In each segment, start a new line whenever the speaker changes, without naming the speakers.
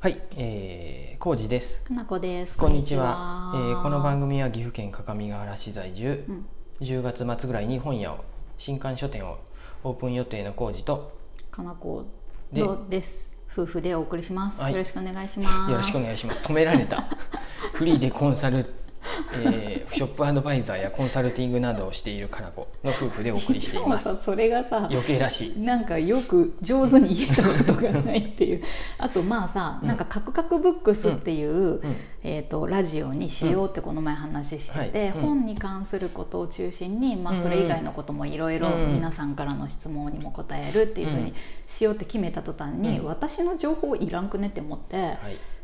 はい、えー、康二です。
かなこです。
こんにちは。えーこの番組は岐阜県各務原市在住、
うん
10月末ぐらいに本屋を新刊書店をオープン予定の康二と
かなこ
で
どうです。夫婦でお送りします。
はい
よろしくお願いします。
よろしくお願いします。止められ た。フリーでコンサル、えーショップアドバイザーやコンサルティングなどをしているかなこの夫婦でお送りしていま
いつも
す
さ。それがさ、
余計らしい。
なんかよく上手に言えたことがないっていう。 あとまあさ、
うん
なんかカクカクブックスっていう、
うん
えっ、とラジオにしようってこの前話してて、
うんはいうん
本に関することを中心に、ま
うんうん
あそれ以外のこともいろいろ
うん
皆さんからの質問にも答えるっていうふう
う
に
ん
しようって決めた途端に、
うん
私の情報いらんくねって思って。
はい。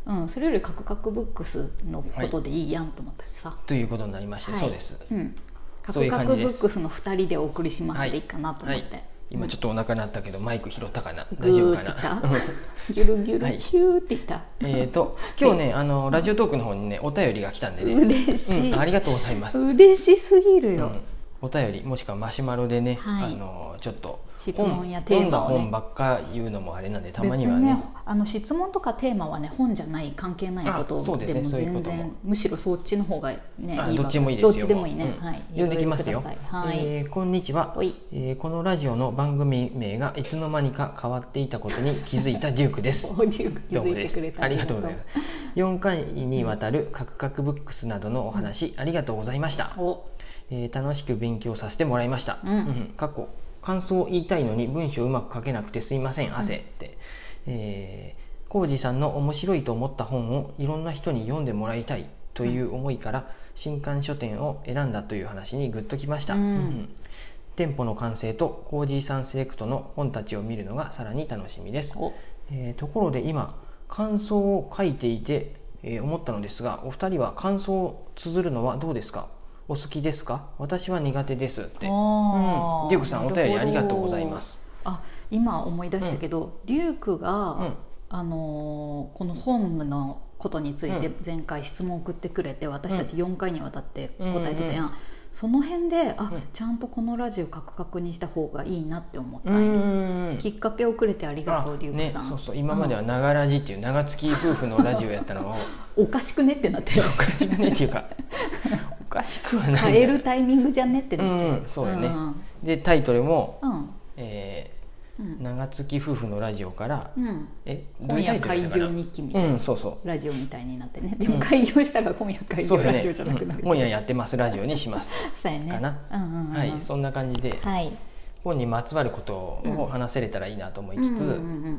うん、それよりカクカクブックスのことでいいやんと思ってさ、
ということになりまして、
はい
そうです。
うん、カ
そうい
ク
う
カ
感
ク
じ
ブ
です
ックスの2人でお送りしますでいいかなと思って、
はい今ちょっ
っ
とお腹鳴ったけどマイク拾ったかな
と
大丈
グ
夫
ー
かな
っていっ
う
た
ん
ギュルギュ
は
ル
い
キューっていった、
えーと今日ねあのラジオトークの方にねお便りが来たんでね
嬉しい、
うん、ありがとうございます、
嬉しすぎる
う
よ、
んお便りもしくはマシュマロでね、
はい
あのちょっと
質問やテーマを
本
ね
読んだ本ばっか言うのもあれなんでたま
別
に
に
は
ね
ね
あの質問とかテーマはね本じゃない関係ないこと
あそうです
で
ね
も
そういうこ
全
とも
然むしろそっちの方がねいいわ
あ
け
どっちでもいいです
ど
よ
っちでもいいね、
うん
はい
呼んできますよ
いろいろくださいはい、
えーこんにちは
おい
えーこのラジオの番組名がいつの間にか変わっていたことに気づいたデュークで す
オーディオ気
どうも
づ
で
いて
す
くれた
ありがとうございます4回 にわたるカクカクブックスなどのお話、ありがとうございました
お
えー楽しく勉強させてもらいました、
うん
過去感想を言いたいのに文章をうまく書けなくてすいません汗って、えー、浩二さんの面白いと思った本をいろんな人に読んでもらいたいという思いから、新刊書店を選んだという話にグッときました、
うん
店舗の完成と浩二さんセレクトの本たちを見るのがさらに楽しみです、
お
えーところで今感想を書いていて、えー思ったのですがお二人は感想を綴るのはどうですかお好きですか私は苦手ですって、うん、
あー
デュークさんお便りありがとうございま。
なる
す
ほどあ、今思い出したけど、デュークが、
うん
あのーこの本のことについて
うん
前回質問を送ってくれて、私たち4回にわたって
うん
答えてたやん。その辺で、あ、
うん
ちゃんとこのラジオカクカクにした方がいいなって思っ
う
たんよ。
ーん
きっかけをくれてありがとう、
あ
デュークさん。
ね、そうそう今までは「長ラジ」っていう長月夫婦のラジオやった のを
おかしくねってなってる。
おかしくねっていうかおかしくはないんだよ
変えるタイミングじゃねって
う
なってる。
んそうだね、
ん
でタイトルも、
うん。
え
う
ー
ん。
長月夫婦のラジオ」から「
うん。
えどう
本
いうタイトルやっ
屋開
たかな
業日記みたいな。
うんそうそう
ラジオみたいになってね
ん
でも開業したら今夜開
そ
業
う
ラ
で
ジ
す
オじゃなく
ね
なる、
うん今夜やってますラジオにします、
そうやね
かな
うんうんうんうん、
はいそんな感じで
はい
本にまつわることを話せれたらいいなと思いつつ、
うんうんうんうん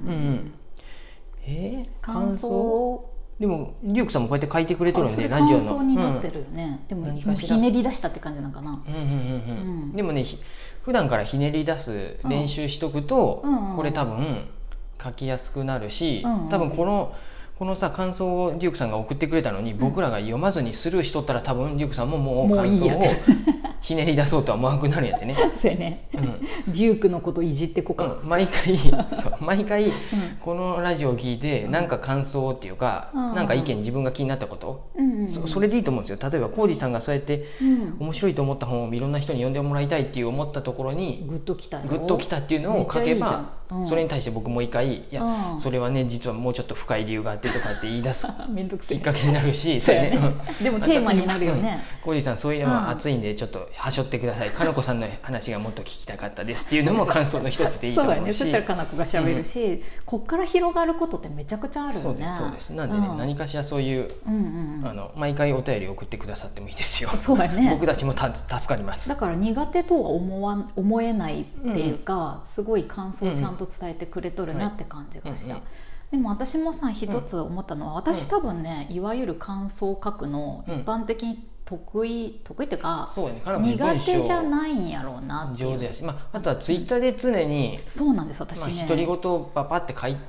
うんえー
感想を
でもリュウクさんもこうやって書いてくれとる
あ
ん
そ
で
れ
ラジオの
感想になってるよね、でも
何
も
か
う
しら
ひねり出したって感じなんかな
うんうんうんうん
うん
でもねひ普段からひねり出す練習しとくと、
うんうんうん
これ多分書きやすくなるし、
うんうん
多分このこのさ感想をリュウクさんが送ってくれたのに僕らが読まずにスルーしとったら多分リュウクさんももう
もう
感
いい
想
や
を ひねり出そうとは思わなくなるんやってね。
そうやね
うん
デュークのこといじってこか、
うん毎 回そう毎回このラジオを聞いてなんか感想っていうか、
うん
なんか意見自分が気になったこと、
うんうんうん
そそれでいいと思うんですよ例えば浩二さんがそうやって
うん
面白いと思った本をいろんな人に読んでもらいたいっていう思ったところに
グッときたよ
グッときたっていうのを書け
めっちゃいいじ
ば
ゃんうん
それに対して僕もう一回「いや、
うん
それはね実はもうちょっと深い理由があって」とかって言い 出す
めんどくせ
きっ
え
かけになるし
そうやね
それうん
でもテーマになるよね
うん浩二さんそういうのは
うん
熱いんでちょっとはしょってください、かのこさんの話がもっと聞きたかったですっていうのも感想の一つでいいと
そう
思う
やね
し
そしたらかなこがしゃべるし、こっから広がることってめちゃくちゃある
そ
よ
うで
ね
すそうですなんでね、
うん
何かしらそういう、
うんうんうん
あの毎回お便り送ってくださってもいいですよ
そうやね
僕たちもた助かります
だから苦手とは思わん思えないっていうか、すごい感想をちゃんと伝えてくれとるなって感じがした、
うんうん
でも私もさ一つ思ったのは、私多分ねいわゆる感想を書くの
う
一
ん
般的に得意得意っていうか
そうやねかなこ
苦
文
手じゃ
章
ないんやろうなってい
上手
う
やし、まあ、あとはツイッターで常に、
そうなんです
ま
私
あ、
ね、
独り言をパパって書いて、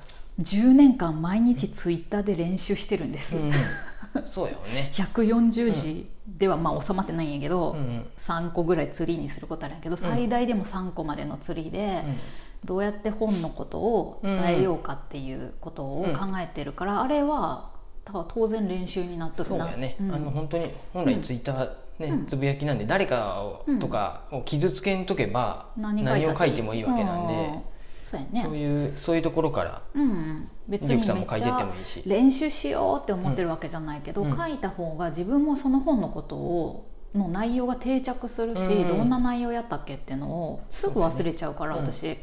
10年間毎日ツイッターで練習してるんです、
うんそうやよね、
140字ではまあ収まってないんやけど、
うんうん
3個ぐらいツリーにすることあるんやけど最大でも3個までのツリーで、どうやって本のことを伝えようかっていうことを考えてるから、あれはた当然練習になっ
う
と
ん、そ
る
う
な
やね、
うん
あの本当に本来ツイッター、ね
うん
つぶやきなんで誰かを、
うん
とかを傷つけんとけば
何
何
書い
を書
たって
いてもいいわけなんで、
うんそうやね
そういうそういうところから
うんうん、別
ジ
に
ュクさんも
めっ
書い
ち
てっても
ゃ
いいし。
練習しようって思ってるわけじゃないけど、
うん
書いた方が自分もその本のことをの内容が定着するし、
うんうん
どんな内容やったっけっていうのをすぐ忘れちゃうから
そうだね
私、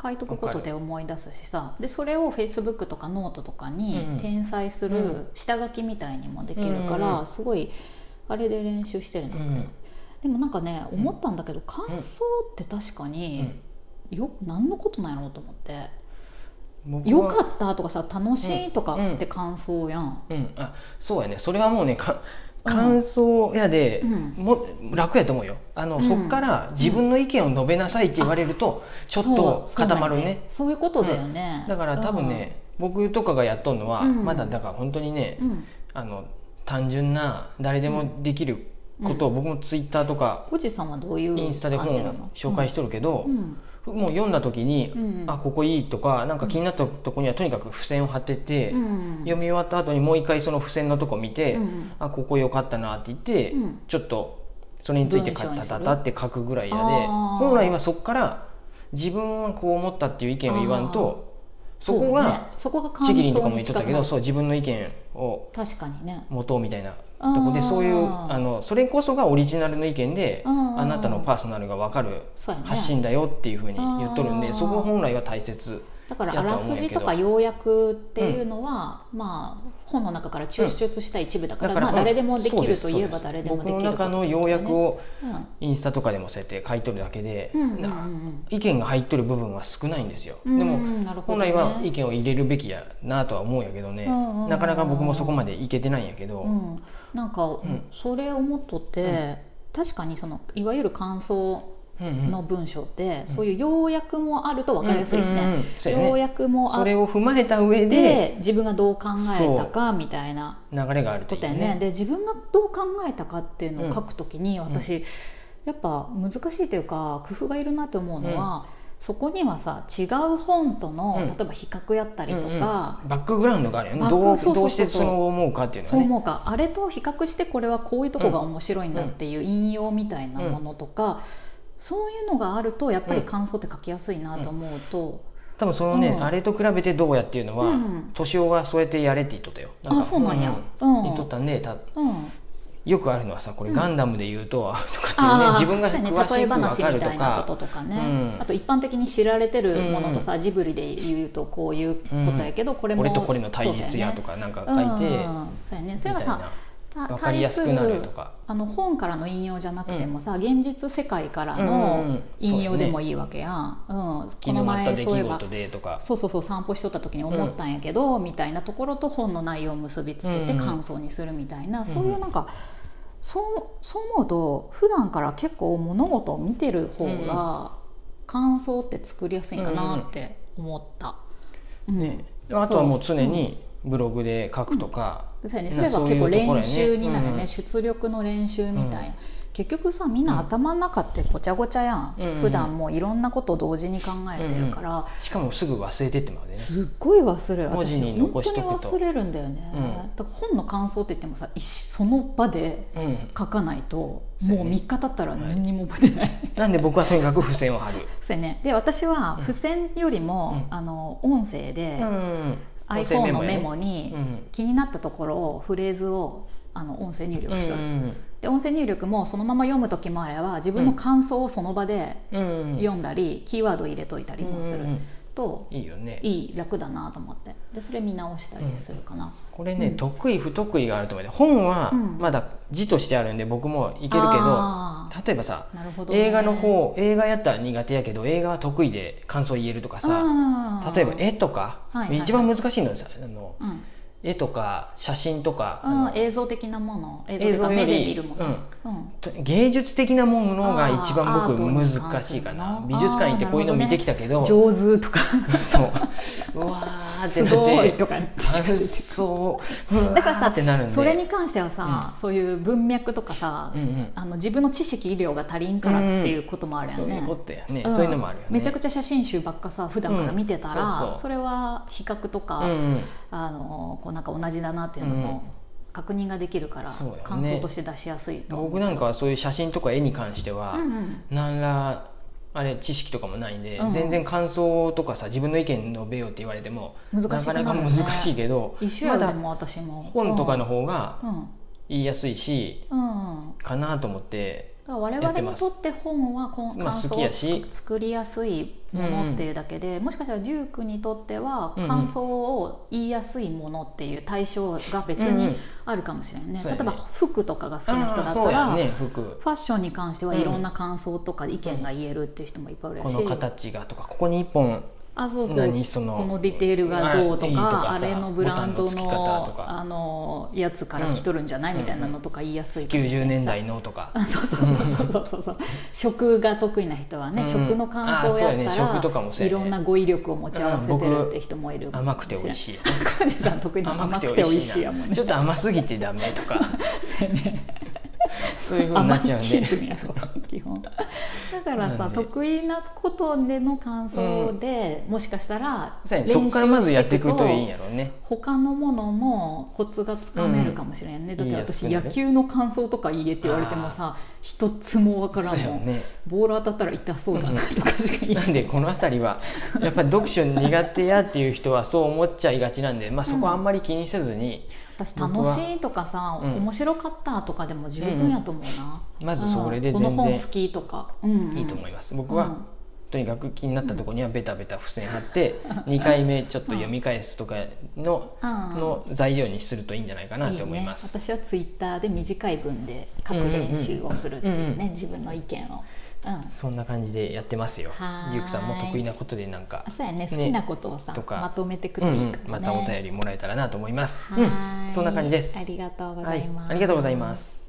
書いとくことで思い出すしさでそれをフェイスブックとかノートとか
うんうん
に転載す
うん
る下書きみたいにもできるから、
うんうん
すごいあれで練習してるの、
うん
でもなんかね
ん
思ったんだけど感想って確かによ何のことなんやろうと思って。
僕
良
は
かったとかさ楽しいとかって感想やん、
うん、あそうやねそれはもうねか感想やで、
うん
も楽やと思うよあの、
うん
そっから自分の意見を述べなさいって言われると、ちょっと
そう
固まる
そうなんや
ね
そういうことだよね、
だから多分ね、僕とかがやっとんのは、
うん
まだだから本当にね、
うん、うん
あの単純な誰でもできることを、僕もツイッターとか
おじさんはどういう
インスタで本
感じなの
を紹介しとるけど
う、ん
もう読んだ時に、
うん
あここいいとかなんか気になったとこにはとにかく付箋を貼ってて、
うん
読み終わった後にもう一回その付箋のとこ見て、
うん
あここ良かったなって言って、
うん
ちょっとそれについて
文章
カ
に
タ
する
タタって書くぐらいやで
あー
本来はそこから自分はこう思ったっていう意見を言わんとそこ
そうね
が、
そこが
ち
感
ぎりんとか
想
も言
に
っと
近
った
く
け
な
ど
る
そう自分の意見を
確かにね
持とうみたいなとこでそういう
あー
あのそれこそがオリジナルの意見で
あー
あなたのパーソナルが分かる
そうやね
発信だよっていうふうに言っとるん
あ
で
ー
そこが本来は大切。
だから
や
あ
とは
ら
思うん
す
やけ
じ
ど
とか要約っていうのは、まあ本の中から抽出した一部だから,、まあ、
うん
誰でもできるといえ
そ
ば
うす
誰でもできる
僕
こと
の中の要約を
だよね
インスタとかでもそうやって書いとるだけで、
うんうんうんう
なん意見が入っとる部分は少ないんですよ、
うん
でも
なるほ
本
どね
来は意見を入れるべきやなとは思うんやけどね、
うんうんうん
なかなか僕もそこまでいけてないんやけど、
うん、なんか、
ん
それをもっとって、確かにそのいわゆる感想
うんうん
の文章って、そういう要約もあると分かりやすいよ
うんうんう
ね
ん。そうやね
要約もあ
そ
っ
れを踏まえた上で
て自分がどう考えたかみたいな
流れがあると
こ
いい
とやね
ね。
で自分がどう考えたかっていうのを書くときに
ん
私、やっぱ難しいというか工夫がいるなと思うのは、そこにはさ違う本との、
うん
例えば比較やったりとか。
うんうんバックグラウンドがあるよね
バック
どう
そうそうそう
どうしてそう思うかっていうの
そ
は
う
ね
思うかあれと比較してこれはこういうとこが面白いんだっていう引用みたいなものとか、そういうのがあるとやっぱり感想って書きやすいなと思うと、
多分そのね、
うん
あれと比べてどうやっていうのは、
うん
敏夫がそうやってやれって言っとったよか
あそうなんや、う
うん
ん
言っとったんでた
うん
よくあるのはさこれガンダムで言うと、とかっていうね
ああ
自分が
そうやね
詳し
例え
く分
話
かる
み
と
たいな
か
こととかね、
うん
あと一般的に知られてるものとさ、ジブリで言うとこういうことやけど、これも
俺とこれの対立やとかなんか
そうだよ
書い
ね
て、
うんうんうんそうやね
み
そ
た
れ
い
がさ
な
た
分かりやすくなるとか
あの本からの引用じゃなくてもさ、現実世界から
うんうんう
の
ん
引用でもいいわけやん、うんこ
昨日
の
あった
前
出
そういえ
来
ば
事でとか
そうそうそう散歩しとった時に思ったんやけど、みたいなところと本の内容を結びつけ
うんう
て
ん
感想にするみたいな、
ん
そういうなんかそうそう思うと普段から結構物事を見てる方が感想って作りやすいんかなって思った。うん
ね、あとはもう常にブログで書くとか、
そうやね、
うん
それは
そう
結
いうとこ
構
ろやね
練習になるね、
うんうん
出力の練習みたいな、
うん
結局さみんな頭の中ってごちゃごちゃやん、
うんうん
普段もういろんなことを同時に考えてるから、
しかもすぐ忘れてってまうでね
すっごい忘れる
文字に残しとくと
本当に忘れるんだよね、
うん
だから本の感想って言ってもさ一その場で
うん、
書かないと
そうや
もう
ね
3日経ったら何にも覚えてない、
なんで僕はとにかく付箋を貼る、
そうやねで私は付箋よりも、
うん
あの音声で、
ん、
iPhone のメモ
に、
に、
うん
気になったところをフレーズをあの音声入
う
力しとる、
ん
で音声入力もそのまま読む時もあれば自分の感想をその場で
うん、
読んだり、キーワード入れといたりもす
う
る
ん
と、
いいよね
いい楽だなと思ってでそれ見直したりするかな、
これね、
うん
得意不得意があると思うよ本は
うん
まだ字としてあるんで僕もいけるけど、
あ
例えばさ
なるほどね
映画の方映画やったら苦手やけど映画は得意で感想言えるとかさ
あー
例えば絵とか、
はいはい
一番難しいのはさあの
うん
絵とか写真とか、
あ
あ
ー
の
映像的なもの映像と
映
いう
像
か
よ
目で
り
見るもの、うん
と芸術的なものが一番
あーアー
僕
トに
難
関す
しい
る
か
の
な美術館行ってこういうの見てきたけど
上手とか
そう うわ ーって
す
なって
ごいとか
感 想うわ
だから
ー
さ
ってなるんで
それに関してはさ、そういう文脈とかさ、
うんうん
あの自分の知識量が足りんからっていうこともあるよ
そうい
ね
う。ことやね、
ん
そういうのもあるよね
めちゃくちゃ写真集ばっかさ普段から見てたら、
うんそうそう
それは比較とか、
うんうん
あのこうなんか同じだなっていうのも確認ができるから、
そうよね
感想として出しやすいと思う
僕なんかはそういう写真とか絵に関しては、
うんうん
何らあれ知識とかもないんで、
うん
全然感想とかさ自分の意見述べようって言われても
難しくな
な
るね
かなか難しいけど、
一緒
ま
やで
だ
も私も
本とかの方が
うんうん
言いやすいし、
うん
かなと思って
だから我々にとって本はこん
まあ
感想
好き
を
や
つ
し
く作りやすいものっていうだけで、もしかしたらデュークにとっては
うんうん
感想を言いやすいものっていう対象が別
うんう
に
ん
あるかもしれないね,、
そうや
例え
ね
ば服とかが好きな人だっ
あ
た
ー
ら、
そうやね服
ファッションに関してはいろんな感想とか意見が言えるっていう人もいっぱいいる
こ
し、
の形がとかここに一本
あそうそう
何その
このディテールがどうとか
いいさ
あれのブランドの
ボタンの付き方とか
あのやつから来とるんじゃない、
うん
みたいなのとか言いやすいかもしれ
90
ない
年代のとか
あそうそうそうそうそう そう食が得意な人はね、
うん
食の感想やったら
あそうやね食とかもそう
い
やね
ろんな語彙力を持ち合わせてるって人もいるかもし
甘くて
れない、
美味
い
しい
小西さん得意な甘くて美味しいやもんね
ちょっと甘すぎてダメとか
そうやね
そういうふうになっちゃうん
甘い
で
基準やろ基本だから
な
さ
んで
得意なことでの感想で、もしかしたら
そうやねそこからまずやっていくといいん
や
やろうね
他のものもコツがつかめるかもしれんね、だって私
いいやつね
野球の感想とか言えって言われてもさ一つもわから
そ
ん
うや
もん、
ね
ボール当たったら痛そうだなとかしか言え
なんでこの辺りはやっぱり読書苦手やっていう人はそう思っちゃいがちなんで、まあ、そこはあんまり気にせずに、
私楽しいとかさ、
僕はうん
面白かったとかでも十分やと思うな、
まずそれで
うん
全
この本
然
好きとか、うんうん
いいと思います、僕
うん
はとにかく気になったところにはベタベタ付箋貼 って2回目ちょっと読み返すとかの,、
うん
の材料にするといいんじゃないかなと思います
ね、私はツイッターで短い文で書く練習をするっていうね、
うんうんうん
自分の意見を、うん、
そんな感じでやってますよ
はーい
リュウクさんも得意なことでなんか、
そうやね好きなことをさ、
とか
まとめていく
う
と
ん
いうい
ん
か、もね、
またお便りもらえたらなと思います、
はーい
うんそんな感じです
ありがとうござ
はい
います、
ありがとうございます